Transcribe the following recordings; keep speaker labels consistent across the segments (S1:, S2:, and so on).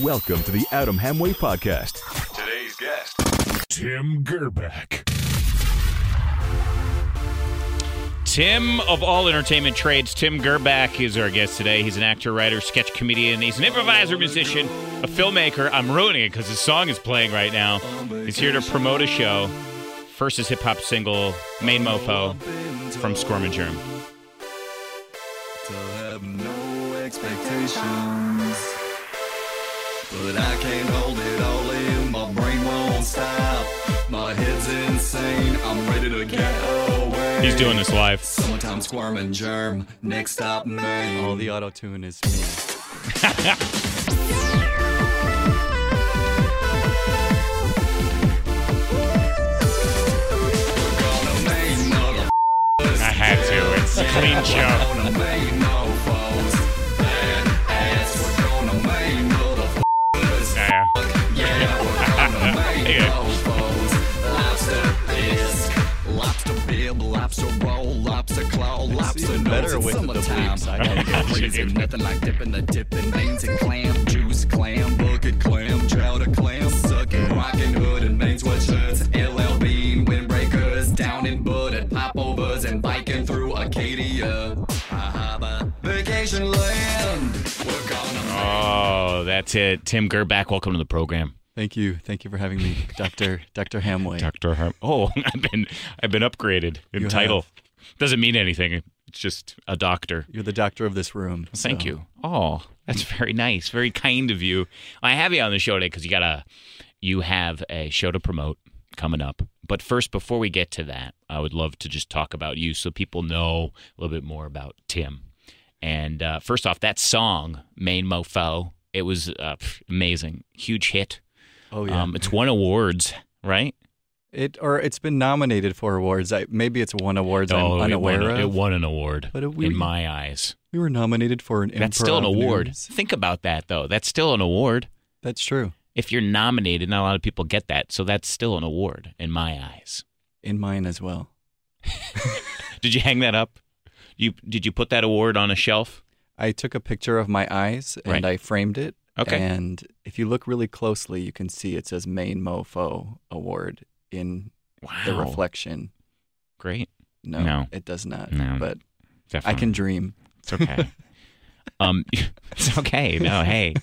S1: Welcome to the Adam Hamway Podcast.
S2: Today's guest.
S3: Tim Gerbeck.
S4: Tim of all entertainment trades, Tim Gerback is our guest today. He's an actor, writer, sketch comedian. He's an improviser, musician, a filmmaker. I'm ruining it because his song is playing right now. He's here to promote a show. First is hip hop single "Main Mofo" from Squirm and Germ.
S5: To have no expectations. But I can't hold it all in, my brain won't stop. My head's insane, I'm ready to get away.
S4: He's doing this live.
S5: Summertime squirm and germ, next stop me. All the auto tune is me. Gonna make mother-
S4: I had to. It's a clean show.
S5: gonna make no foes. Bad ass, we're gonna make motherfuckers.
S4: Yeah.
S5: Yeah, we're gonna make
S4: Yeah.
S5: no foes. Lobster bisque, lobster bib, lobster roll, lobster claw, lobster nose.
S6: better
S5: It's
S6: with the
S5: summertime.
S6: bleeps, I
S5: Gotta get crazy. Nothing like dipping the dip in beans and clam juice, clam bucket, clam chowder, clam sucking, rocking hood and main sweatshirts, LL Bean windbreakers, down in bud and popovers and biking through Acadia. Ahaba, vacation land. We're gonna make
S4: Oh, that's it. Tim Gerback, welcome to the program.
S6: Thank you. Thank you for having me, Dr. Dr. Hamway.
S4: Doctor Harm. Oh, I've been I've been upgraded in
S6: You
S4: title. Doesn't mean anything. It's just a doctor.
S6: You're the doctor of this room.
S4: Thank
S6: so-
S4: you. Oh, that's very nice. Very kind of you. I have you on the show today because you got a you have a show to promote coming up. But first, before we get to that, I would love to just talk about you so people know a little bit more about Tim. And uh, first off, that song "Main Mofo" it was uh, pff, amazing, huge hit.
S6: Oh yeah.
S4: Um, it's won awards, right?
S6: it or it's been nominated for awards. I, maybe it's won awards I'm
S4: Oh, it
S6: unaware
S4: won,
S6: of.
S4: it won an award
S6: But we-
S4: in my eyes.
S6: We were nominated for an
S4: That's
S6: Emperor
S4: still an
S6: of
S4: award.
S6: News.
S4: Think about that though. That's still an award.
S6: That's true.
S4: if you're nominated, not a lot of people get that. So that's still an award in my eyes.
S6: In mine as well.
S4: Did you hang that up? You did you put that award on a shelf?
S6: I took a picture of my eyes and
S4: Right.
S6: I framed it.
S4: Okay.
S6: And if you look really closely, you can see it says Main Mofo Award in
S4: Wow.
S6: the reflection.
S4: Great.
S6: No,
S4: No.
S6: it does not.
S4: No.
S6: But I
S4: Definitely.
S6: can dream.
S4: It's okay. um, it's okay. No, hey.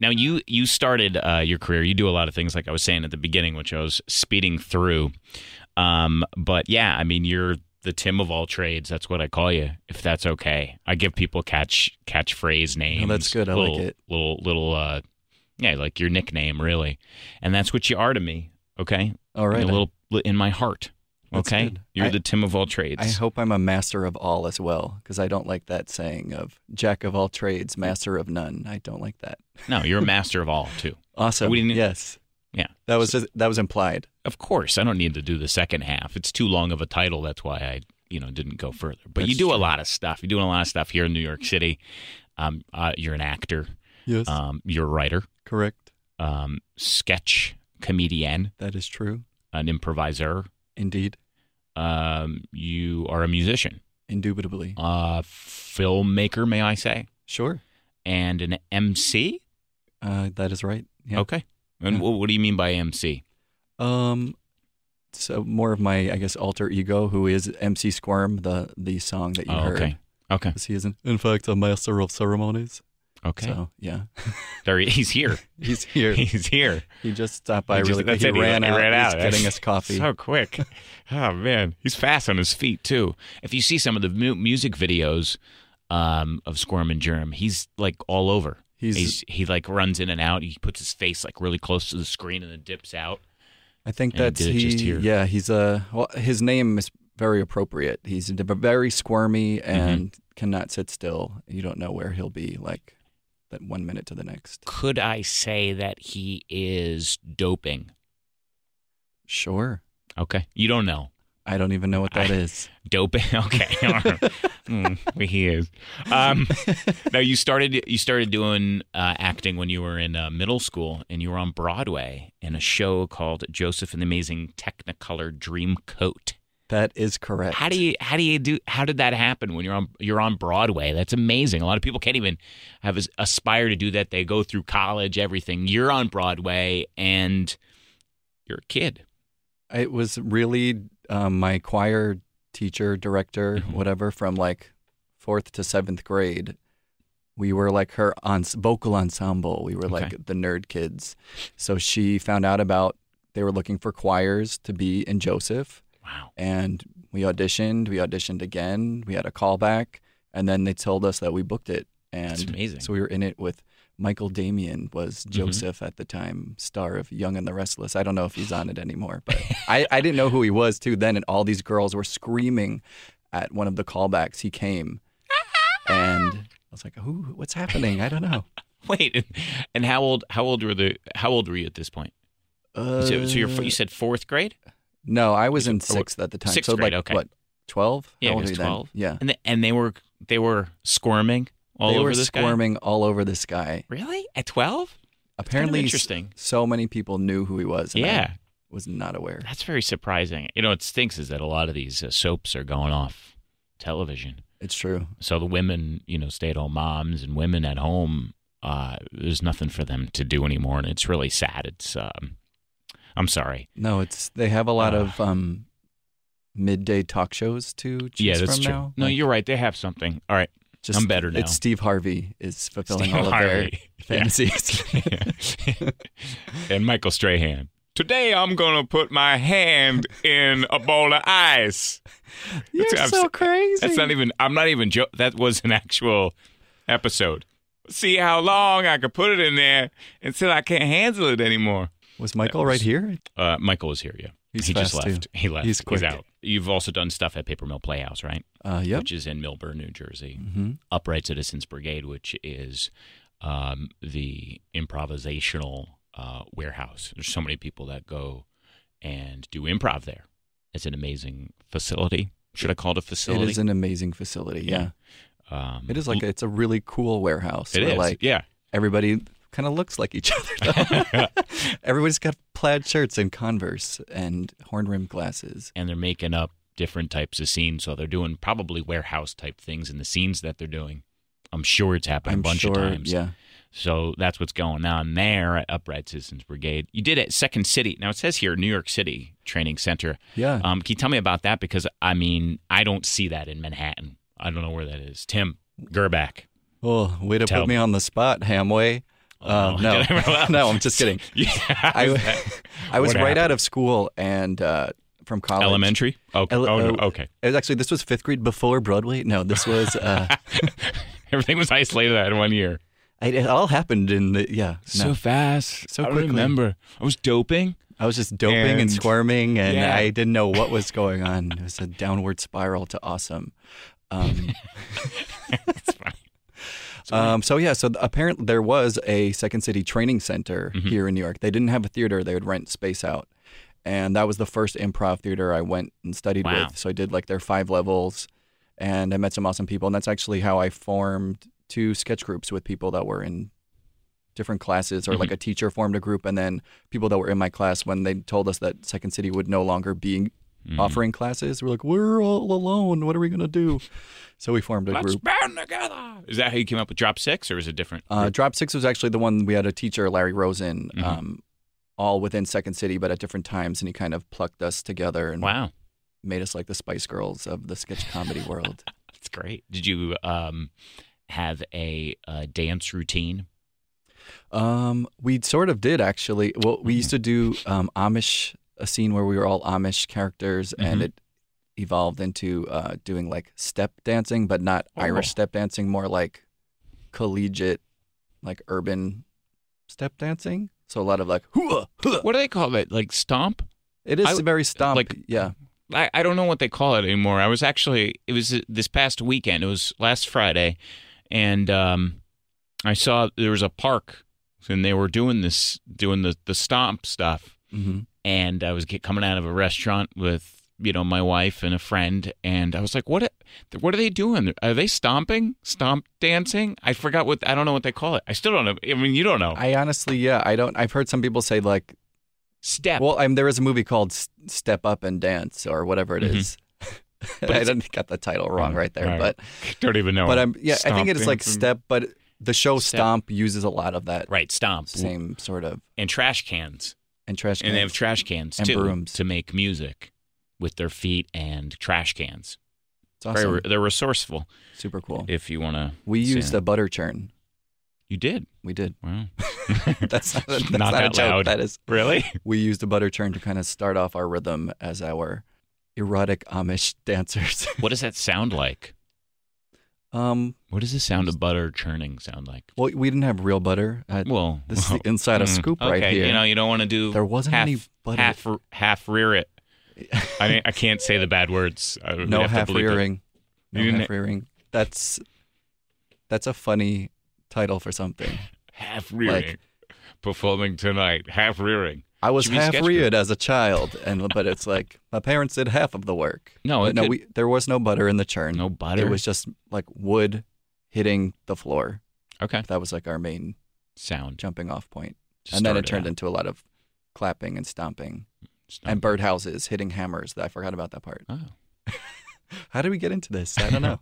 S4: Now you you started uh, your career. You do a lot of things, like I was saying at the beginning, which I was speeding through. Um, but yeah, I mean, you're the Tim of all trades. That's what I call you, if that's okay. I give people catch catchphrase names.
S6: that's good. I like
S4: little,
S6: it.
S4: Little little uh, yeah, like your nickname really, and that's what you are to me. Okay,
S6: All right.
S4: a little in my heart.
S6: That's
S4: okay,
S6: good.
S4: you're
S6: I-
S4: the Tim of all trades.
S6: I hope I'm a master of all as well, because I don't like that saying of jack of all trades, master of none. I don't like that.
S4: no, you're a master of all too.
S6: Awesome.
S4: We didn't-
S6: yes,
S4: Yeah.
S6: that was just, that was implied.
S4: Of course, I don't need to do the second half. It's too long of a title. That's why I, you know, didn't go further. But you
S6: That's
S4: do a
S6: true.
S4: lot of stuff. You're doing a lot of stuff here in New York City. Um, uh, you're an actor.
S6: Yes,
S4: Um, you're a writer.
S6: correct.
S4: Um, sketch comedian,
S6: That is true.
S4: an improviser.
S6: Indeed,
S4: Um, you are a musician,
S6: indubitably.
S4: a filmmaker, may I say,
S6: Sure,
S4: and an MC.
S6: uh, that is right. Yeah.
S4: Okay. And
S6: Yeah.
S4: wh- what do you mean by MC?
S6: Um, so more of my, I guess, alter ego, who is MC Squirm, the the song that you
S4: Oh,
S6: heard.
S4: okay. Okay.
S6: 'Cause He is, in, in fact, a master of ceremonies.
S4: Okay.
S6: So yeah,
S4: There he, he's here.
S6: he's here.
S4: He's here.
S6: He just stopped by
S4: He just-
S6: really quick.
S4: that's
S6: He
S4: it. He
S6: ran
S4: ran out.
S6: out. He's getting us coffee.
S4: So quick. oh man, he's fast on his feet too. If you see some of the mu- music videos um, of Squirm and Germ, he's like all over.
S6: He's-
S4: he like runs in and out. He puts his face like really close to the screen and then dips out.
S6: I think
S4: And he
S6: that's
S4: did it
S6: he.
S4: just here.
S6: Yeah, he's a. Well, his name is very appropriate. He's d- very squirmy
S4: Mm-hmm.
S6: and cannot sit still. You don't know where he'll be, like that one minute to the next.
S4: Could I say that he is doping?
S6: Sure,
S4: Okay, you don't know.
S6: I don't even know what that
S4: I-
S6: is.
S4: Doping. Okay, Hmm, he is. Um, now you started you started doing uh, acting when you were in uh, middle school, and you were on Broadway in a show called Joseph and the Amazing Technicolor Dreamcoat.
S6: That is correct.
S4: How do you how do you do how did that happen when you're on you're on Broadway? That's amazing. A lot of people can't even have as- aspire to do that. They go through college, everything. You're on Broadway and you're a kid.
S6: It was really um, my choir teacher, director,
S4: Mhm.
S6: whatever, from like fourth to seventh grade. We were like her ens- vocal ensemble. We were like the nerd kids. So she found out about they were looking for choirs to be in Joseph,
S4: Wow.
S6: and we auditioned. We auditioned again. We had a callback, and then they told us that we booked it. And
S4: That's amazing. Mm-hmm.
S6: so we were in it with Michael Damian was Joseph at the time, star of Young and the Restless. I don't know if he's on it anymore, but I, I didn't know who he was too then, and all these girls were screaming at one of the callbacks. He came, and I was like, "Who? What's happening? I don't know."
S4: Wait. and- And how old how old were the how old were you at this point?
S6: Uh,
S4: So, so you're, you said 4th grade?
S6: no, I was in sixth at the time.
S4: sixth
S6: so
S4: grade,
S6: like
S4: okay.
S6: what, twelve?
S4: Yeah,
S6: How
S4: he
S6: old
S4: was
S6: were you then?
S4: 12.
S6: Yeah,
S4: And, the, and they were they were squirming all
S6: they
S4: over
S6: were
S4: this guy?
S6: squirming all over this guy.
S4: Really? At 12?
S6: Apparently, s-
S4: interesting.
S6: So many people knew who he was. and I
S4: Yeah.
S6: was not aware.
S4: That's very surprising. You know, it stinks is that a lot of these uh, soaps are going off television.
S6: It's true.
S4: So the women, you know, stay-at-home moms and women at home, uh, there's nothing for them to do anymore, and it's really sad. It's, um, I'm sorry.
S6: No, it's they have a lot
S4: Uh,
S6: of um, midday talk shows to choose
S4: yeah, that's
S6: from
S4: true.
S6: now.
S4: No,
S6: Like,
S4: you're right. They have something. All right,
S6: just,
S4: I'm better now.
S6: It's Steve Harvey is fulfilling
S4: Steve
S6: all of
S4: Harvey.
S6: their fantasies.
S4: Yeah. and Michael Strahan. Today I'm gonna put my hand in a bowl of ice.
S6: You're
S4: That's- I'm
S6: so
S4: s-
S6: crazy.
S4: That's not even. I'm not even. Jo- that was an actual episode. See how long I could put it in there until I can't handle it anymore.
S6: was Michael right here?
S4: Uh, Michael is here. Yeah,
S6: He's
S4: he just
S6: fast, too.
S4: left. He left.
S6: He's quick.
S4: out. You've also done stuff at Paper Mill Playhouse, right?
S6: Uh, yep.
S4: Which is in Millburn, New Jersey.
S6: hmm
S4: Upright Citizens Brigade, which is um, the improvisational uh, warehouse. There's so many people that go and do improv there. It's an amazing facility. Should I call it a facility?
S6: It is an amazing facility. Yeah.
S4: Yeah. um,
S6: It is like it's a really cool warehouse.
S4: it
S6: where,
S4: is.
S6: Like
S4: yeah.
S6: everybody kind of looks like each other. though. Everybody's got plaid shirts and Converse and horn rimmed glasses.
S4: and they're making up different types of scenes. So they're doing probably warehouse type things in the scenes that they're doing. I'm sure it's happened
S6: I'm
S4: a bunch
S6: sure.
S4: of times.
S6: Yeah.
S4: So that's what's going on there at Upright Citizens Brigade. You did at Second City. Now it says here New York City Training Center.
S6: Yeah.
S4: Um, can you tell me about that? Because I mean, I don't see that in Manhattan. I don't know where that is. Tim Gerback.
S6: Oh, way to
S4: Tell
S6: put me on the spot, Hamway.
S4: Oh,
S6: Um,
S4: no.
S6: no,
S4: Did I relax?
S6: no, I'm just kidding.
S4: Yeah,
S6: I, I was
S4: What
S6: right
S4: happened?
S6: out of school and uh, from college.
S4: elementary. Okay.
S6: Ele-
S4: oh, no.
S6: uh,
S4: okay.
S6: It was actually this was fifth grade before Broadway. No, this was uh,
S4: Everything was isolated that one year.
S6: it, it all happened in the yeah. No,
S4: fast.
S6: So quickly.
S4: I was doping.
S6: I was just doping and,
S4: and-
S6: squirming, and
S4: yeah.
S6: I didn't know what was going on. It was a downward spiral to awesome. Um,
S4: That's funny.
S6: Um, so yeah, so th- apparently there was a Second City training center here in New York. They didn't have a theater; they would rent space out, and that was the first improv theater I went and studied
S4: Wow.
S6: with. So I did like their five levels, and I met some awesome people, and that's actually how I formed two sketch groups with people that were in different classes, or like a teacher formed a group, and then people that were in my class when they told us that Second City would no longer be
S4: Mm-hmm.
S6: offering classes, we're like, we're all alone. What are we gonna do? So we formed a
S4: Let's
S6: group.
S4: band together. Is that how you came up with drop six, or is it different?
S6: Uh, Drop Six was actually the one we had a teacher, Larry Rosen,
S4: Mm-hmm.
S6: um, all within Second City, but at different times, and he kind of plucked us together and
S4: wow,
S6: made us like the Spice Girls of the sketch comedy world.
S4: that's great. Did you um, have a, uh dance routine?
S6: Um, we sort of did actually. Well, we
S4: Mm-hmm.
S6: used to do um, Amish a scene where we were all Amish characters, and
S4: Mhm.
S6: it evolved into uh, doing like step dancing, but not Irish
S4: Oh.
S6: step dancing, more like collegiate, like urban step dancing. So a lot of like, hoo-ah, hoo-ah.
S4: What do they call that? Like stomp?
S6: it is
S4: I-
S6: very stomp.
S4: like-
S6: yeah.
S4: I, I don't know what they call it anymore. I was actually it was uh, this past weekend. It was last Friday, and um, I saw there was a park, and they were doing this doing the the stomp stuff.
S6: Mm-hmm.
S4: and I was get, coming out of a restaurant with you know my wife and a friend, and I was like, "What? What are they doing? Are they stomping, stomp dancing? I forgot what I don't know what they call it. I still don't know. I mean, you don't know.
S6: I honestly, yeah, I don't. I've heard some people say like
S4: Step.
S6: Well, um, there was a movie called S- Step Up and Dance or whatever it
S4: Mhm.
S6: is.
S4: But
S6: I
S4: it's-
S6: didn't got the title wrong right there,
S4: All right.
S6: but
S4: Don't even know.
S6: but I'm yeah, I think
S4: Stomp
S6: it's like
S4: dancing.
S6: step, but the show
S4: Step.
S6: Stomp uses a lot of that
S4: Right, stomp.
S6: same sort of
S4: And trash cans.
S6: and trash
S4: And they have
S6: cans.
S4: trash cans
S6: And
S4: too
S6: brooms.
S4: to make music with their feet and trash cans.
S6: It's awesome.
S4: Very, they're resourceful.
S6: Super cool.
S4: If you want to,
S6: we used a butter churn.
S4: You did.
S6: We did.
S4: Wow.
S6: That's not, that's
S4: Not
S6: not, a
S4: that
S6: joke.
S4: loud.
S6: That is.
S4: Really?
S6: We used a butter churn to kind of start off our rhythm as our erotic Amish dancers.
S4: What does that sound like?
S6: um.
S4: What does the sound of butter churning sound like?
S6: Well, we didn't have real butter. Uh,
S4: Well,
S6: this is
S4: well,
S6: the inside of
S4: mm,
S6: scoop
S4: okay,
S6: right here.
S4: You know, you don't want to do.
S6: There wasn't
S4: half,
S6: any butter.
S4: Half, half rear it. I mean, I can't say the bad words. I would
S6: no
S4: have to
S6: half
S4: bleep it.
S6: rearing.
S4: You
S6: No
S4: didn't-
S6: half rearing. That's that's a funny title for something.
S4: Half rearing.
S6: Like-
S4: Performing tonight. Half rearing.
S6: I was
S4: Should be a
S6: half
S4: sketch
S6: reared as a child, and but it's like my parents did half of the work.
S4: No,
S6: But
S4: it
S6: no,
S4: could-
S6: we there was no butter in the churn.
S4: No butter.
S6: It was just like wood hitting the floor.
S4: okay.
S6: That was like our main
S4: Sound.
S6: jumping off point.
S4: Just
S6: and then
S4: started
S6: it turned
S4: out.
S6: into a lot of clapping and stomping
S4: Stop.
S6: and birdhouses hitting hammers. I forgot about that part.
S4: Oh.
S6: How did we get into this? I don't know.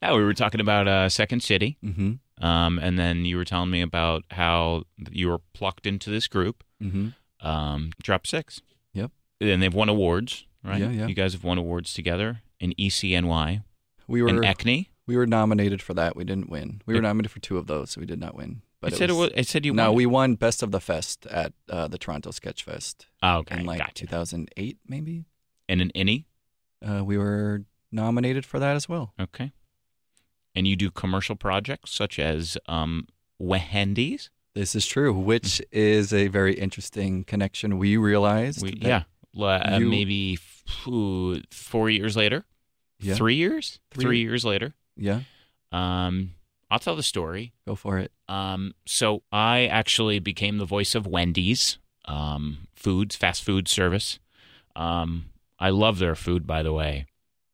S4: Now we were talking about uh, Second City,
S6: mm-hmm.
S4: um, and then you were telling me about how you were plucked into this group,
S6: Mm-hmm.
S4: um, Drop Six.
S6: Yep.
S4: And they've won awards, right?
S6: Yeah, yeah.
S4: You guys have won awards together in E ECNY
S6: We
S4: and
S6: were
S4: ECNY.
S6: we were nominated for that. We didn't win. We were nominated for two of those. So we did not win. But
S4: it said it was. It said you
S6: no,
S4: won.
S6: we won Best of the Fest at uh, the Toronto Sketch Fest
S4: Oh, okay,
S6: in like
S4: gotcha.
S6: 2008, maybe.
S4: And an E? innie.
S6: Uh, we were nominated for that as well.
S4: Okay. And you do commercial projects such as um, Wendy's.
S6: This is true,
S4: Mm.
S6: which is a very interesting connection. We realized,
S4: We,
S6: that-
S4: yeah. La-
S6: you-
S4: maybe phew, four years later,
S6: Yeah.
S4: three years,
S6: Three-
S4: three years later.
S6: yeah,
S4: Um, I'll tell the story.
S6: go for it.
S4: Um, so I actually became the voice of Wendy's um, foods, fast food service. Um, I love their food, by the way.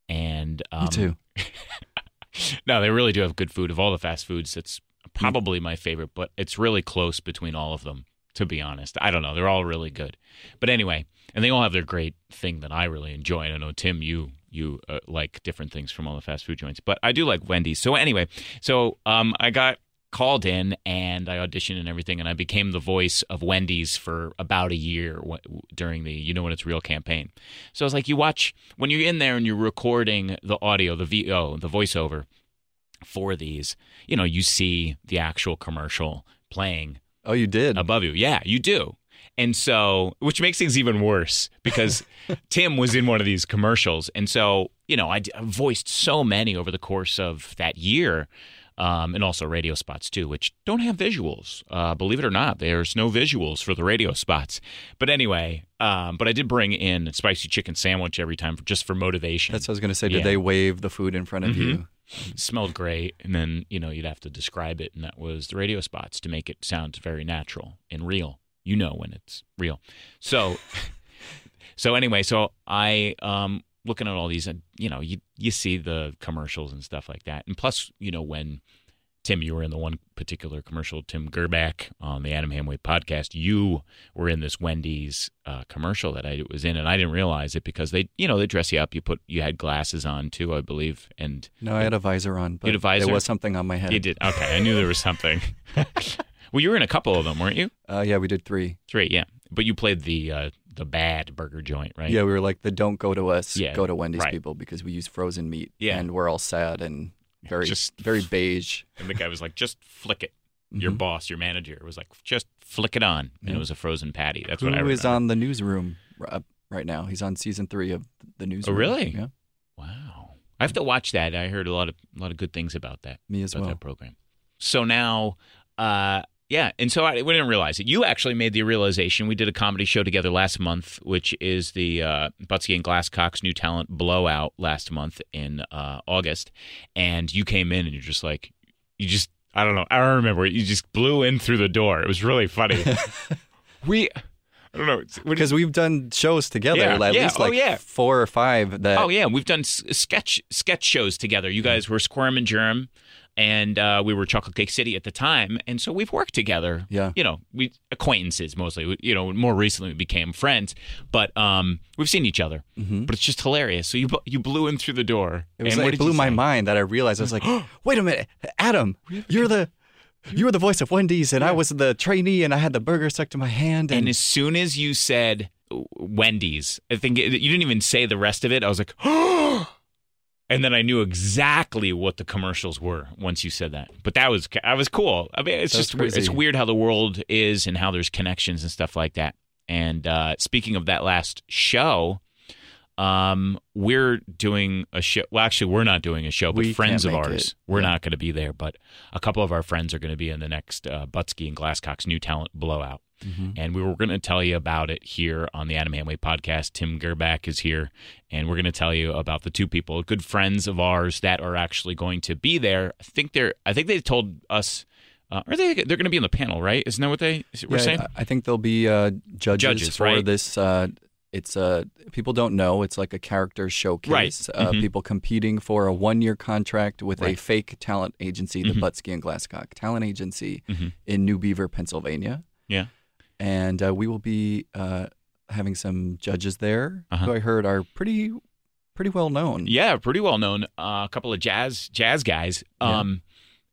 S4: And um,
S6: Me too.
S4: No, they really do have good food. Of all the fast foods, it's probably my favorite, but it's really close between all of them. To be honest, I don't know. They're all really good, but anyway, and they all have their great thing that I really enjoy. And I know Tim, you you uh, like different things from all the fast food joints, but I do like Wendy's. So anyway, so um, I got called in and I auditioned and everything, and I became the voice of Wendy's for about a year wh- during the You Know When It's Real campaign. So I was like, you watch when you're in there and you're recording the audio, the VO, the voiceover for these, you know, you see the actual commercial playing
S6: Oh, you did.
S4: above you. Yeah, you do. And so, which makes things even worse because Tim was in one of these commercials. And so, you know, I, d- I voiced so many over the course of that year um, and also radio spots too, which don't have visuals. Uh, believe it or not, there's no visuals for the radio spots. But anyway, um, but I did bring in a spicy chicken sandwich every time for, just for motivation
S6: That's what I was gonna say. Did
S4: Yeah. Mm-hmm.
S6: they wave the food in front of you?
S4: smelled great and then you know you'd have to describe it and that was the radio spots to make it sound very natural and real you know when it's real so so anyway so i um looking at all these and you know you you see the commercials and stuff like that and plus you know when Tim, you were in the one particular commercial, Tim Gerback on the Adam Hamway podcast. You were in this Wendy's uh, commercial that I was in, and I didn't realize it because they, you know, they dress you up. You put, you had glasses on too, I believe, and
S6: No, I had a visor on, but
S4: You had a visor?
S6: there was something on my head.
S4: you did. Okay, I knew there was something. well, you were in a couple of them, weren't you?
S6: Uh, yeah, we did three.
S4: Three, yeah. But you played the uh, the bad burger joint, right?
S6: Yeah, we were like the don't go to us,
S4: Yeah,
S6: go to Wendy's
S4: right.
S6: people because we use frozen meat.
S4: Yeah.
S6: and we're all sad and very
S4: Just-
S6: very beige.
S4: And the guy was like, "Just flick it." Your
S6: Mhm.
S4: boss, your manager, was like, "Just flick it on," and it was a frozen patty. That's
S6: Who
S4: what I
S6: is
S4: remember.
S6: on the newsroom r- up right now? He's on season three of the newsroom.
S4: Oh, really?
S6: Yeah,
S4: Wow, I have to watch that. I heard a lot of a lot of good things about that.
S6: me as
S4: about
S6: well.
S4: that program. So now, uh, yeah, and so I we didn't realize it. You actually made the realization. We did a comedy show together last month, which is the uh, Butsky and Glasscock's new talent blowout last month in uh, August, and you came in and you're just like, you just I don't know. I don't remember. You just blew in through the door. It was really funny. we. I don't know. It's- what do you-
S6: Because we've done shows together,
S4: Yeah,
S6: at
S4: yeah,
S6: least
S4: oh,
S6: like
S4: yeah.
S6: four or five. That
S4: Oh yeah, we've done s- sketch sketch shows together. You guys were Squirm and Germ, and uh, we were Chocolate Cake City at the time, and so we've worked together.
S6: Yeah.
S4: you know, we acquaintances mostly. We- You know, more recently we became friends, but um, we've seen each other. But it's just hilarious. So you bu- you blew in through the door.
S6: Mm-hmm. It was
S4: and what
S6: like,
S4: did
S6: it blew
S4: you
S6: my
S4: say?
S6: mind that I realized I was like, wait a minute, Adam, you're the you were the voice of Wendy's, and I was the trainee, and I had the burger stuck to my hand, and,
S4: And as soon as you said Wendy's, I think it, you didn't even say the rest of it. I was like, and then I knew exactly what the commercials were once you said that. But that was I was cool. I mean, it's
S6: That's
S4: just weird.
S6: crazy.
S4: it's weird how the world is and how there's connections and stuff like that. And uh, speaking of that last show, um, we're doing a show. Well, actually, we're not doing a show, but
S6: We
S4: friends of
S6: can't make
S4: ours,
S6: it.
S4: we're not going to be there. But a couple of our friends are going to be in the next uh, Butsky and Glasscock's new talent blowout and we were going to tell you about it here on the Adam Hamway podcast. Tim Gerback is here, and we're going to tell you about the two people, good friends of ours, that are actually going to be there. I think they're. I think they told us. Uh, are they? They're going to be on the panel, right? Isn't that what they were
S6: Yeah,
S4: saying?
S6: I- I think there'll be uh, judges,
S4: Judges,
S6: for
S4: right?
S6: this. Uh, it's uh, people don't know. It's like a character showcase. Uh,
S4: mhm.
S6: People competing for a one-year contract with a
S4: Right. Mm-hmm.
S6: fake talent agency, the Butsky and Glasscock talent agency
S4: Mhm.
S6: in New Beaver, Pennsylvania.
S4: Yeah.
S6: And uh, we will be uh, having some judges there
S4: Uh-huh.
S6: who I heard are pretty, pretty well known.
S4: Yeah, pretty well known. Uh, a couple of jazz jazz guys.
S6: Yeah.
S4: Um,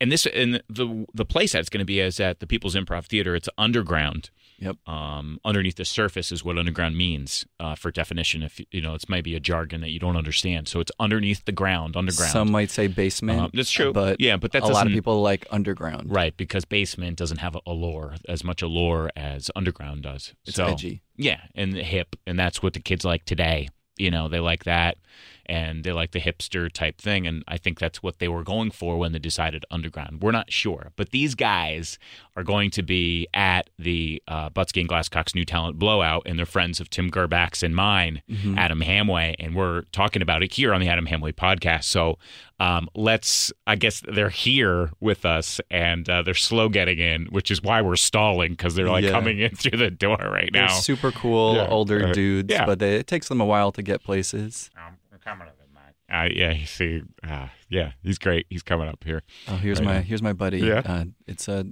S4: and this and the the place that's going to be is at the People's Improv Theater. It's underground.
S6: Yep.
S4: Um, underneath the surface is what underground means uh, for definition. If you know, it's maybe a jargon that you don't understand. So it's underneath the ground, underground.
S6: Some might say basement.
S4: Uh, that's true.
S6: But
S4: Yeah, but that
S6: a lot
S4: doesn't-
S6: of people like underground.
S4: Right, because basement doesn't have a lore as much a lore as underground does.
S6: It's
S4: so,
S6: edgy.
S4: Yeah, and hip, and that's what the kids like today. You know, they like that, and they like the hipster type thing, and I think that's what they were going for when they decided underground. We're not sure, but these guys are going to be at the uh, Butsky and Glasscock's New Talent Blowout, and they're friends of Tim Gerback's and mine,
S6: Mm-hmm.
S4: Adam Hamway, and we're talking about it here on the Adam Hamway podcast. So um, let's, I guess they're here with us, and uh, they're slow getting in, which is why we're stalling because they're like
S6: Yeah.
S4: coming in through the door right
S6: They're
S4: now.
S6: super cool
S4: Yeah.
S6: older
S4: Uh,
S6: dudes,
S4: yeah.
S6: but they, it takes them a while to get places.
S4: Um, I'm coming up, Mike. Uh, yeah, you see, uh, yeah, he's great. He's coming up here.
S6: Oh, here's
S4: Right
S6: my
S4: on.
S6: here's my buddy.
S4: Yeah.
S6: Uh, it's uh,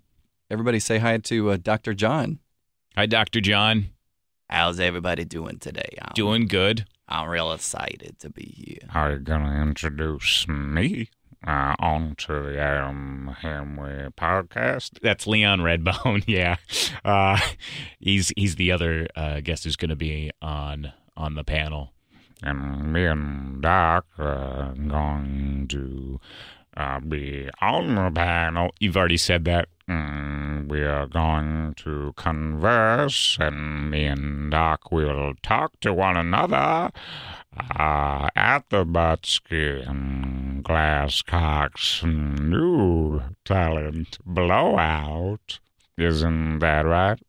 S6: everybody say hi to uh, Dr. John.
S4: Hi, Doctor John.
S6: How's everybody doing today? I'm,
S4: Doing good.
S6: I'm real excited to be here.
S2: are going to introduce me uh, onto the Adam Hamway podcast.
S4: That's Leon Redbone. yeah, uh, he's he's the other uh, guest who's going to be on on the panel.
S2: And me and Doc are going to uh, be on the panel.
S4: You've already said that.
S2: Mm, we are going to converse, and me and Doc will talk to one another uh, at the Butsky and Glasscock's new talent blowout. Isn't that right?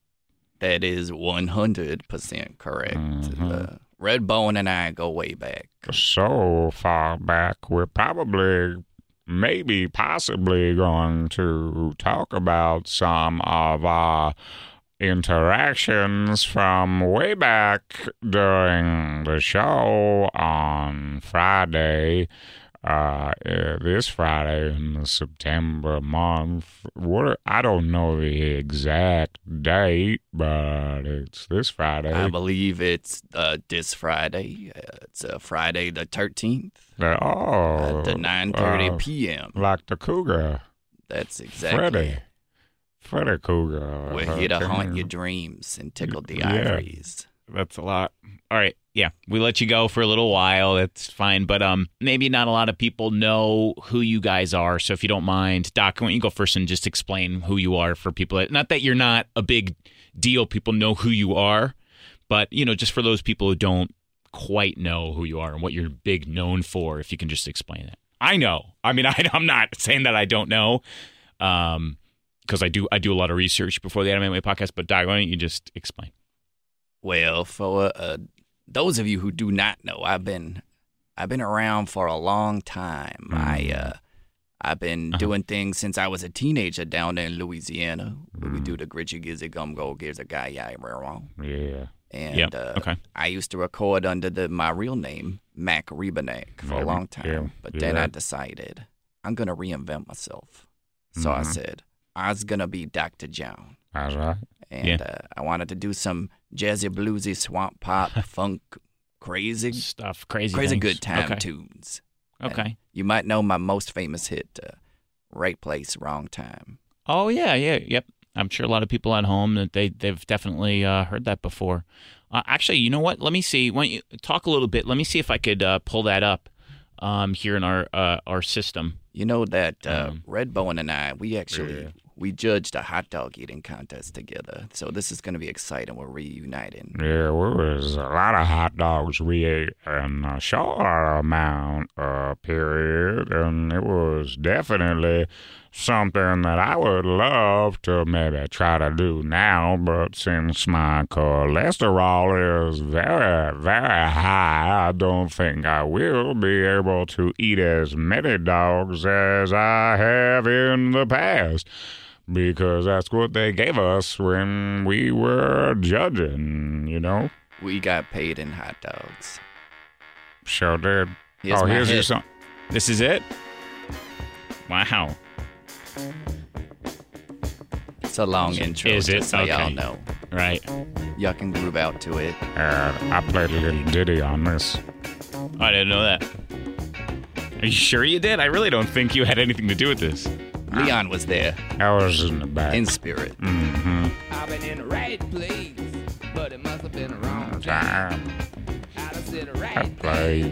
S6: That is 100% correct.
S2: Mhm.
S4: Mm-hmm.
S6: Uh, Red Bone and I go way back.
S2: so far back, we're probably, maybe, possibly going to talk about some of our interactions from way back during the show on Friday. Uh, uh, this Friday in the September month. What I don't know the exact date, but it's this Friday.
S6: I believe it's uh, this Friday. Uh, it's uh, Friday the 13th
S2: oh,
S6: at 9.30
S2: wow.
S6: p.m.
S2: like the cougar,
S6: That's exactly
S2: Freddy. Freddy uh, Cougar.
S6: We're here to haunt
S2: Okay.
S6: your dreams and tickle the
S2: Uh-huh. Yeah.
S6: ivories.
S4: That's a lot. All right. Yeah. We let you go for a little while. That's fine. But um maybe not a lot of people know who you guys are. So if you don't mind, Doc, why don't you go first and just explain who you are for people that not that you're not a big deal, people know who you are, but you know, just for those people who don't quite know who you are and what you're big known for, if you can just explain it. I know. I mean, I, I'm not saying that I don't know. Um because I do, I do a lot of research before the Anime Way podcast. But Doc, why don't you just explain?
S6: Well, for uh, those of you who do not know, I've been I've been around for a long time.
S2: Hmm.
S6: I uh, I've been
S2: Uh-huh.
S6: doing things since I was a teenager down there in Louisiana. where
S2: Hmm.
S6: We do the Gritchy Gizzy Gum Go Gives a Guy Yai Raw.
S2: Yeah.
S6: And
S4: Yep,
S6: uh,
S4: okay.
S6: I used to record under the, my real name, Mac Rebanek, for a
S2: Yeah,
S6: long time.
S2: yeah,
S6: but
S2: yeah.
S6: then I decided I'm gonna reinvent myself. So I
S2: Mm-hmm.
S4: Mhm.
S6: said, I was gonna be Dr. John,
S4: That's right.
S6: and
S2: Yeah.
S6: uh, I wanted to do some jazzy, bluesy, swamp pop, funk, crazy,
S2: Stuff crazy,
S6: crazy
S2: things.
S6: good time
S2: Okay.
S6: tunes.
S2: Okay.
S6: You might know my most famous hit, uh, "Right Place, Wrong Time."
S2: Oh yeah, yeah, yep. I'm sure a lot of people at home that they they've definitely uh, heard that before. Uh, actually, you know what? Let me see. Why don't you talk a little bit? Let me see if I could uh, pull that up um, here in our uh, our system.
S6: You know that uh,
S2: Um,
S6: Red Bowen and I, we actually
S4: Yeah.
S6: we judged a hot dog eating contest together. So this is going to be exciting. We're reuniting.
S4: Yeah, well, there's a lot of hot dogs we ate in a short amount of period, and it was definitely something that I would love to maybe try to do now. But since my cholesterol is very, very high, I don't think I will be able to eat as many dogs as I have in the past because that's what they gave us when we were judging, you know?
S6: We got paid in hot dogs.
S4: Sure did.
S6: Here's
S4: oh,
S6: my
S4: here's your
S6: hit.
S4: song.
S2: This is it. Wow.
S6: It's a long intro.
S2: Is it?
S6: just So y'all
S2: Okay. Ah.
S6: know.
S2: Right.
S6: Y'all can groove out to it.
S4: And I played a little ditty on this.
S2: I didn't know that. Are you sure you did? I really don't think you had anything to do with this.
S6: Leon was there
S4: I was in the back.
S6: in spirit.
S4: hmm
S5: I've been in the right place, but it must have been the wrong time.
S4: Time,
S5: I done said the right
S4: that
S5: thing,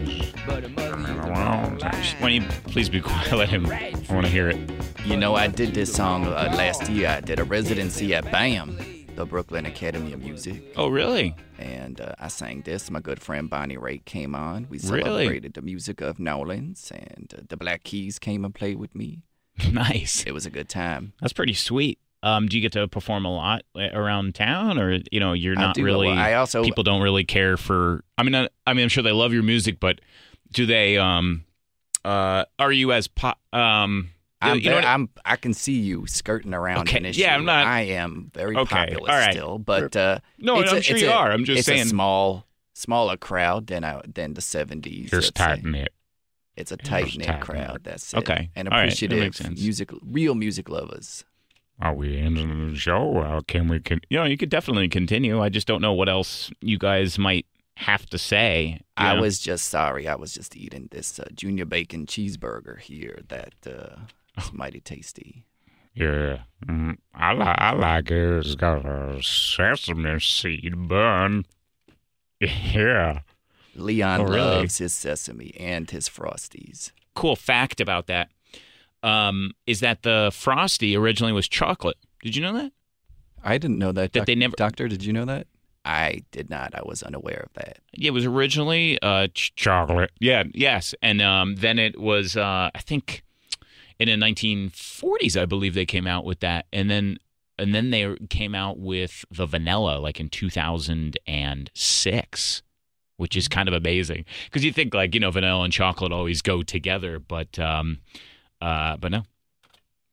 S4: place.
S5: but it must have been the
S4: Wrong
S5: wrong
S4: time.
S5: line.
S2: Why don't you please be quiet? Let him. I want to hear it.
S6: You know, I did this song uh, last year. I did a residency at BAM, the Brooklyn Academy of Music.
S2: Oh, really?
S6: and uh, I sang this. My good friend Bonnie Raitt came on. We
S2: Really?
S6: celebrated the music of New Orleans, and uh, the Black Keys came and played with me.
S2: nice.
S6: It was a good time.
S2: That's pretty sweet. Um, do you get to perform a lot uh, around town, or you know, you're
S6: I
S2: not
S6: do a
S2: really?
S6: lot. I also
S2: people don't really care for. I mean, I, I mean, I'm sure they love your music, but do they? Um, uh, are you as pop? Um, you-
S6: I'm,
S2: you know
S6: ve-
S2: what-
S6: I'm I can see you skirting around
S2: Okay,
S6: an issue.
S2: yeah, I'm not-
S6: I am very
S2: Okay,
S6: popular
S2: all right.
S6: still, but uh,
S2: No,
S6: it's
S2: I'm
S6: a-
S2: sure
S6: it's
S2: you
S6: a-
S2: are. I'm just
S6: it's
S2: saying.
S6: a small, smaller crowd than I than the '70s.
S4: Just
S6: let's say.
S4: tighten it.
S6: It's a tight knit
S4: tight-knit.
S6: crowd. That's it.
S2: Okay,
S6: and
S2: all right, that
S6: appreciative
S2: makes sense.
S6: music, real music lovers.
S4: Are we ending the show? Well, can we con-
S2: you know, you could definitely continue. I just don't know what else you guys might have to say. you
S6: I
S2: know?
S6: was just sorry. I was just eating this uh, junior bacon cheeseburger here that uh, is mighty tasty.
S4: Yeah, mm, I like I like it. It's got a sesame seed bun. Yeah,
S6: Leon
S2: Oh, really?
S6: loves his sesame and his frosties.
S2: cool fact about that um, is that the frosty originally was chocolate. Did you know that?
S6: I didn't know that.
S2: That they never-
S6: Doctor, did you know that? I did not. I was unaware of that.
S2: Yeah, it was originally uh, ch-
S4: chocolate.
S2: Yeah, yes. And um, then it was, uh, I think, in the 1940s, I believe they came out with that, and then and then they came out with the vanilla, like in 2006, which is kind of amazing because you think like you know vanilla and chocolate always go together, but um, uh, but no,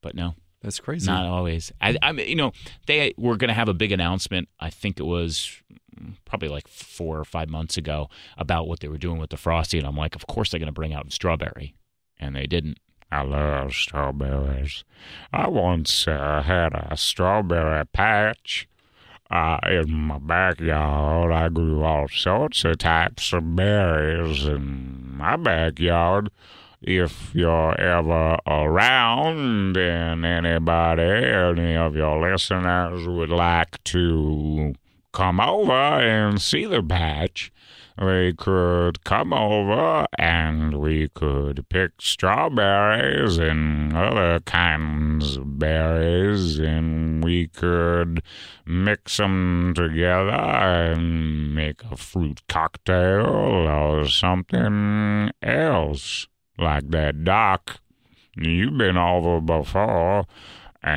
S2: but no.
S6: That's crazy.
S2: Not always. I, I, mean, you know, they were going to have a big announcement. I think it was mm, probably like four or five months ago about what they were doing with the frosty, and I'm like, of course they're going to bring out strawberry, and they didn't.
S4: I love strawberries. I once uh, had a strawberry patch uh, in my backyard. I grew all sorts of types of berries in my backyard. If you're ever around and anybody, any of your listeners would like to come over and see the patch, we could come over and we could pick strawberries and other kinds of berries, and we could mix them together and make a fruit cocktail or something else like that. Doc, you've been over before.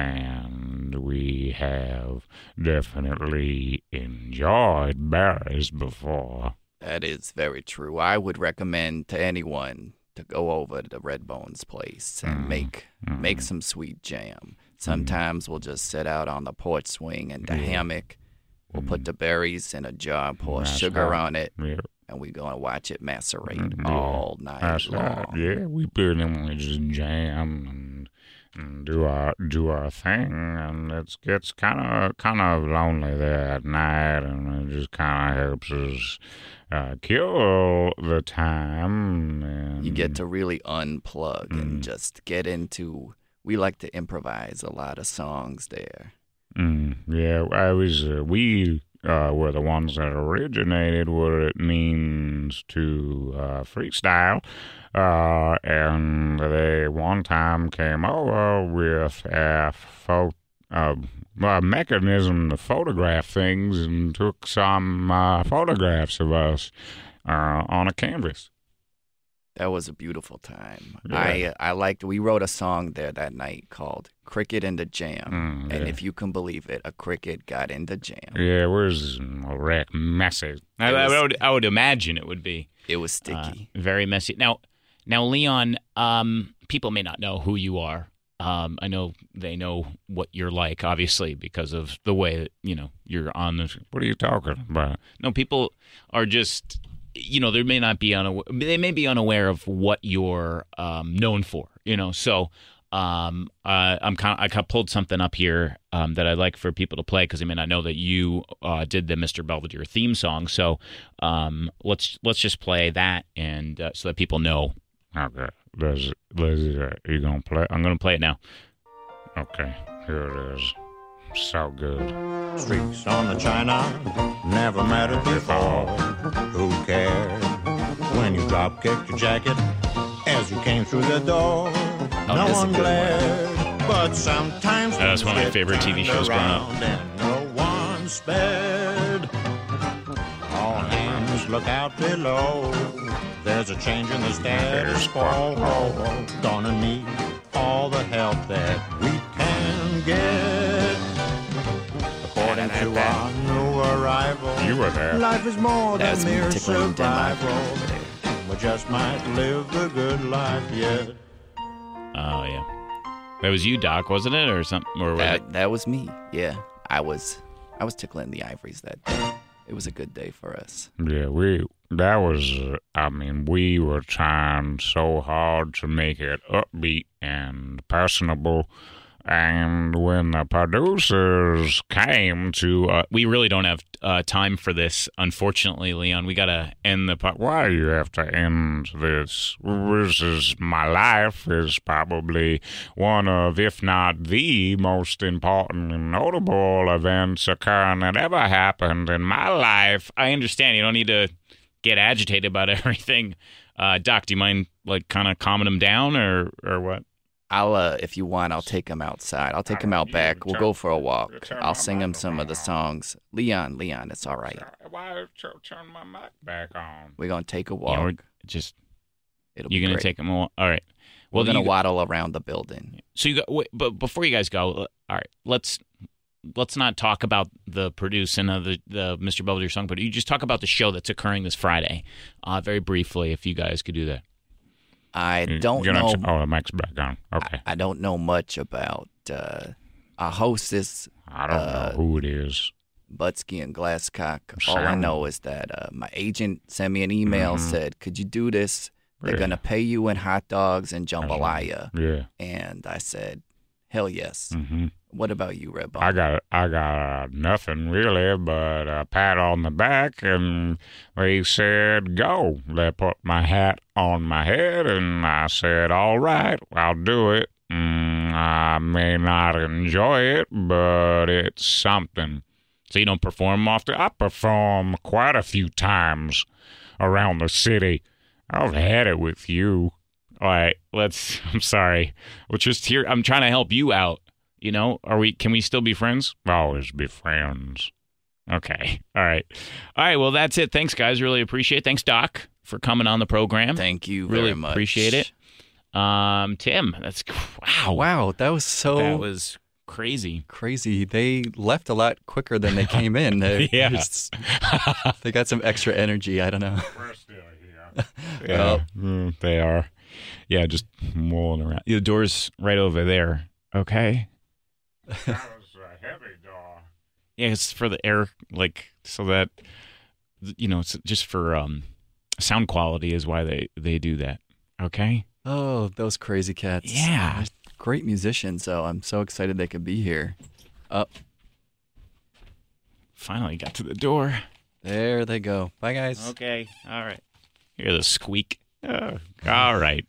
S4: And we have definitely enjoyed berries before.
S6: That is very true. I would recommend to anyone to go over to Redbone's place and
S4: Mm,
S6: make make some sweet jam. Sometimes we'll just sit out on the porch
S4: Mm.
S6: swing in the hammock. We'll put the berries in a jar, pour
S4: That's
S6: sugar
S4: right.
S6: on it,
S4: Yeah.
S6: and we gonna watch it macerate
S4: Mhm.
S6: all night
S4: That's right.
S6: long.
S4: Yeah, we put in we just jam and, and do our do our thing, and it gets kind of kind of lonely there at night, and it just kind of helps us uh, kill the time. And
S6: You get to really unplug
S4: Mm.
S6: and just get into. We like to improvise a lot of songs there.
S4: Mm, yeah, I was. Uh, we uh, were the ones that originated what it means to uh, freestyle, uh, and they one time came over with a photo. Uh, a mechanism to photograph things and took some uh, photographs of us uh, on a canvas.
S6: That was a beautiful time.
S4: Yeah.
S6: I I liked. We wrote a song there that night called "Cricket in the Jam,"
S4: Mm,
S6: and
S4: yeah.
S6: if you can believe it, a cricket got in the jam.
S4: yeah, it was a wreck messy.
S2: I,
S6: It
S2: I
S6: was-
S2: would I would imagine it would be
S6: It was
S2: uh,
S6: sticky.
S2: very messy. Now, now Leon, um, people may not know who you are. Um, I know they know what you're like, obviously, because of the way that you know you're on the
S4: What are you talking about?
S2: No, people are just, you know, they may not be unaware. They may be unaware of what you're um, known for. You know, so um, uh, I'm kind. Of, I kind of pulled something up here um, that I'd like for people to play because they may not know that you uh, did the Mr. Belvedere theme song. So um, let's let's just play that and uh, so that people know.
S4: Okay. There's, there's, uh, you gonna play?
S2: I'm gonna play it now.
S4: Okay, here it is. So good.
S7: streets on the China. Never mattered before. Who cared? When you drop kicked your jacket as you came through the door.
S2: Oh,
S7: no
S6: that's a
S7: one
S6: good one.
S7: glared, but sometimes
S2: That was one of my
S7: things get
S2: favorite TV
S7: turned
S2: shows growing up.
S7: around And no one spared. All hands look out below. There's a change in the status quo. Gonna need all the help that we can get. According to our new arrival,
S4: You were there.
S7: life is more
S6: That was
S7: than mere
S6: tickling Denmark
S7: survival.
S6: over there.
S7: We just might live the good life yet.
S2: Oh yeah, that was you, Doc, wasn't it, or something? Or was it?
S6: That, that was me. Yeah, I was I was tickling the ivories that day. It was a good day for us.
S4: Yeah, we, that was, uh, I mean, we were trying so hard to make it upbeat and personable. And when the producers came to, uh,
S2: We really don't have uh, time for this, unfortunately, Leon. We gotta end the part.
S4: why do you have to end this? This is my life is probably one of, if not the most important and notable events occurring that ever happened in my life.
S2: I understand. You don't need to get agitated about everything. Uh, Doc, do you mind like kind of calming them down or or what?
S6: I'll uh, if you want, I'll take him outside. I'll take him out back. We'll go for a walk. I'll sing him some of the songs. Leon, Leon, it's all right.
S4: Why tu- turn my mic back on?
S6: We're gonna take a
S2: You know,
S6: walk.
S2: we're just
S6: It'll
S2: you're
S6: be
S2: gonna
S6: great.
S2: take them all. All right.
S6: We're
S2: Well, then
S6: gonna
S2: you,
S6: waddle around the building.
S2: so you go. Wait, but before you guys go, uh, all right, let's let's not talk about the producing of the, the Mr. Belvedere song, but you just talk about the show that's occurring this Friday, uh, very briefly, if you guys could do that.
S6: I
S4: You-
S6: don't
S4: you're
S6: know.
S4: not- oh, the mic's back on. Okay.
S6: I don't know much about uh, our hostess
S4: I, don't
S6: uh,
S4: know who it is.
S6: Butsky and Glasscock. All I
S4: Sound.
S6: know is that uh, my agent sent me an email
S2: Mm-hmm.
S4: Mhm.
S6: said, "Could you do this? They're
S4: Yeah.
S6: gonna pay you in hot dogs and jambalaya."
S4: Yeah.
S6: And I said, "Hell yes."
S2: Mm.
S4: hmm
S6: What about you, Red Ball?
S4: I got I got uh, nothing really but a pat on the back, and they said go. They put my hat on my head, and I said, "All right, I'll do it." Mm, I may not enjoy it, but it's something.
S2: So you don't perform off
S4: I perform quite a few times around the city. I've had it with you.
S2: All right, let's. I'm sorry. We're just here. I'm trying to help you out. You know, are we? Can we still be friends?
S4: Always be friends.
S2: Okay. All right. All right. Well, that's it. Thanks, guys. Really appreciate. it. Thanks, Doc, for coming on the program.
S6: Thank you
S2: Really
S6: very much.
S2: appreciate it. Um, Tim, that's wow.
S6: Wow, that was so
S2: That was crazy.
S6: crazy. They left a lot quicker than they came in. They,
S2: Yeah.
S6: just- they got some extra energy. I don't know.
S4: We're still here.
S6: Well,
S2: Mm, they are. Yeah, just mulling around. The door's right over there. Okay.
S4: That was a heavy door.
S2: Yeah, it's for the air, like so that you know, it's just for um Sound quality is why they they do that. Okay.
S6: Oh, those crazy cats.
S2: Yeah.
S6: They're Great musicians, so I'm so excited they could be here. Up
S2: Finally got to the door.
S6: there they go. Bye guys.
S2: Okay. All right. Hear the squeak. Oh, all right.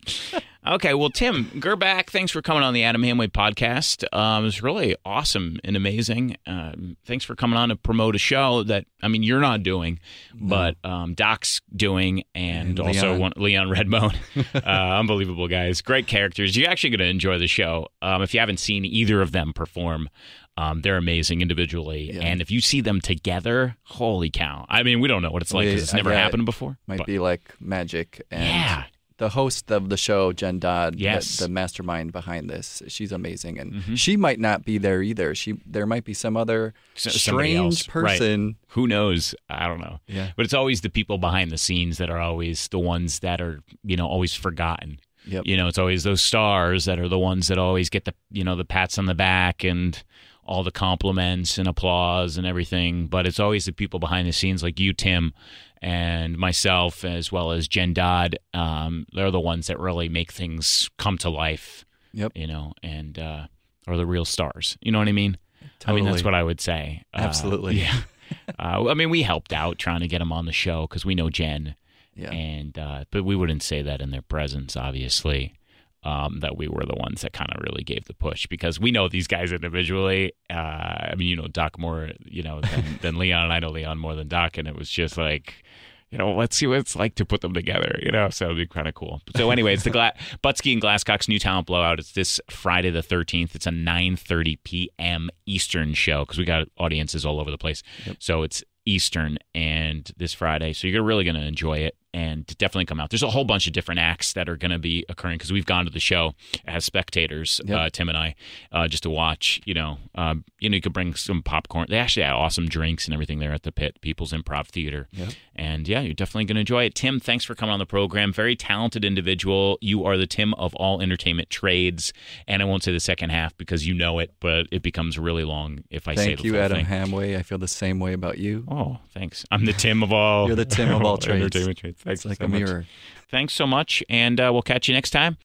S2: okay. Well, Tim Gerback, thanks for coming on the Adam Hamway podcast. Um, it was really awesome and amazing. Um, thanks for coming on to promote a show that, I mean, you're not doing, but um, Doc's doing, and,
S6: And
S2: also
S6: Leon.
S2: one, Leon Redbone. uh, unbelievable guys. Great characters. You're actually going to enjoy the show. Um, if you haven't seen either of them perform, um, they're amazing individually.
S6: Yeah.
S2: And if you see them together, holy cow. I mean, we don't know what it's like
S6: Wait,
S2: 'cause it's
S6: I
S2: never
S6: bet.
S2: happened before.
S6: Might
S2: but-
S6: be like magic and
S2: Yeah.
S6: the host of the show, Jen Dodd, the-
S2: Yes. Mm-hmm.
S6: the, mastermind behind this. She's amazing, and she might not be there either. She there might be some other
S2: S- somebody
S6: strange
S2: else, right.
S6: person.
S2: Who knows? I don't know.
S6: Yeah.
S2: But it's always the people behind the scenes that are always the ones that are, you know, always forgotten.
S6: Yep.
S2: You know, it's always those stars that are the ones that always get the, you know, the pats on the back and all the compliments and applause and everything. But it's always the people behind the scenes, like you, Tim, and myself, as well as Jen Dodd. Um, they're the ones that really make things come to life.
S6: Yep.
S2: You know, and uh, are the real stars. You know what I mean? I mean, that's
S6: Totally.
S2: what I would say. Uh,
S6: Absolutely.
S2: yeah. Uh, I mean, we helped out trying to get him on the show because we know Jen,
S6: Yeah.
S2: and uh, but we wouldn't say that in their presence, obviously. Um, that we were the ones that kind of really gave the push because we know these guys individually. Uh, I mean, you know Doc more, you know, than, than Leon, and I know Leon more than Doc, and it was just like, you know, let's see what it's like to put them together, you know. So it'd be kind of cool. So anyway, it's the Gla- Butsky and Glasscock's New Talent Blowout. It's this Friday the thirteenth. It's a nine thirty p.m. Eastern show because we got audiences all over the place. So it's Eastern and this Friday. So you're really going to enjoy it and definitely come out. There's a whole bunch of different acts that are going to be occurring because we've gone to the show as spectators,
S6: Yep.
S2: uh, Tim and I, uh, just to watch. You know, um, you know, you could bring some popcorn. They actually had awesome drinks and everything there at the Pit People's Improv Theater. And yeah, you're definitely going to enjoy it. Tim, thanks for coming on the program. Very talented individual. You are the Tim of all entertainment trades. And I won't say the second half because you know it, but it becomes really long if I say
S6: Thank
S2: the
S6: you,
S2: full
S6: Adam
S2: thing.
S6: Hamway. I feel the same way about you.
S2: Oh, thanks. I'm the Tim of all.
S6: You're the Tim of all trades.
S2: Entertainment trades.
S6: It's
S2: Thanks
S6: like
S2: so
S6: a
S2: much.
S6: mirror.
S2: Thanks so much, and uh, we'll catch you next time.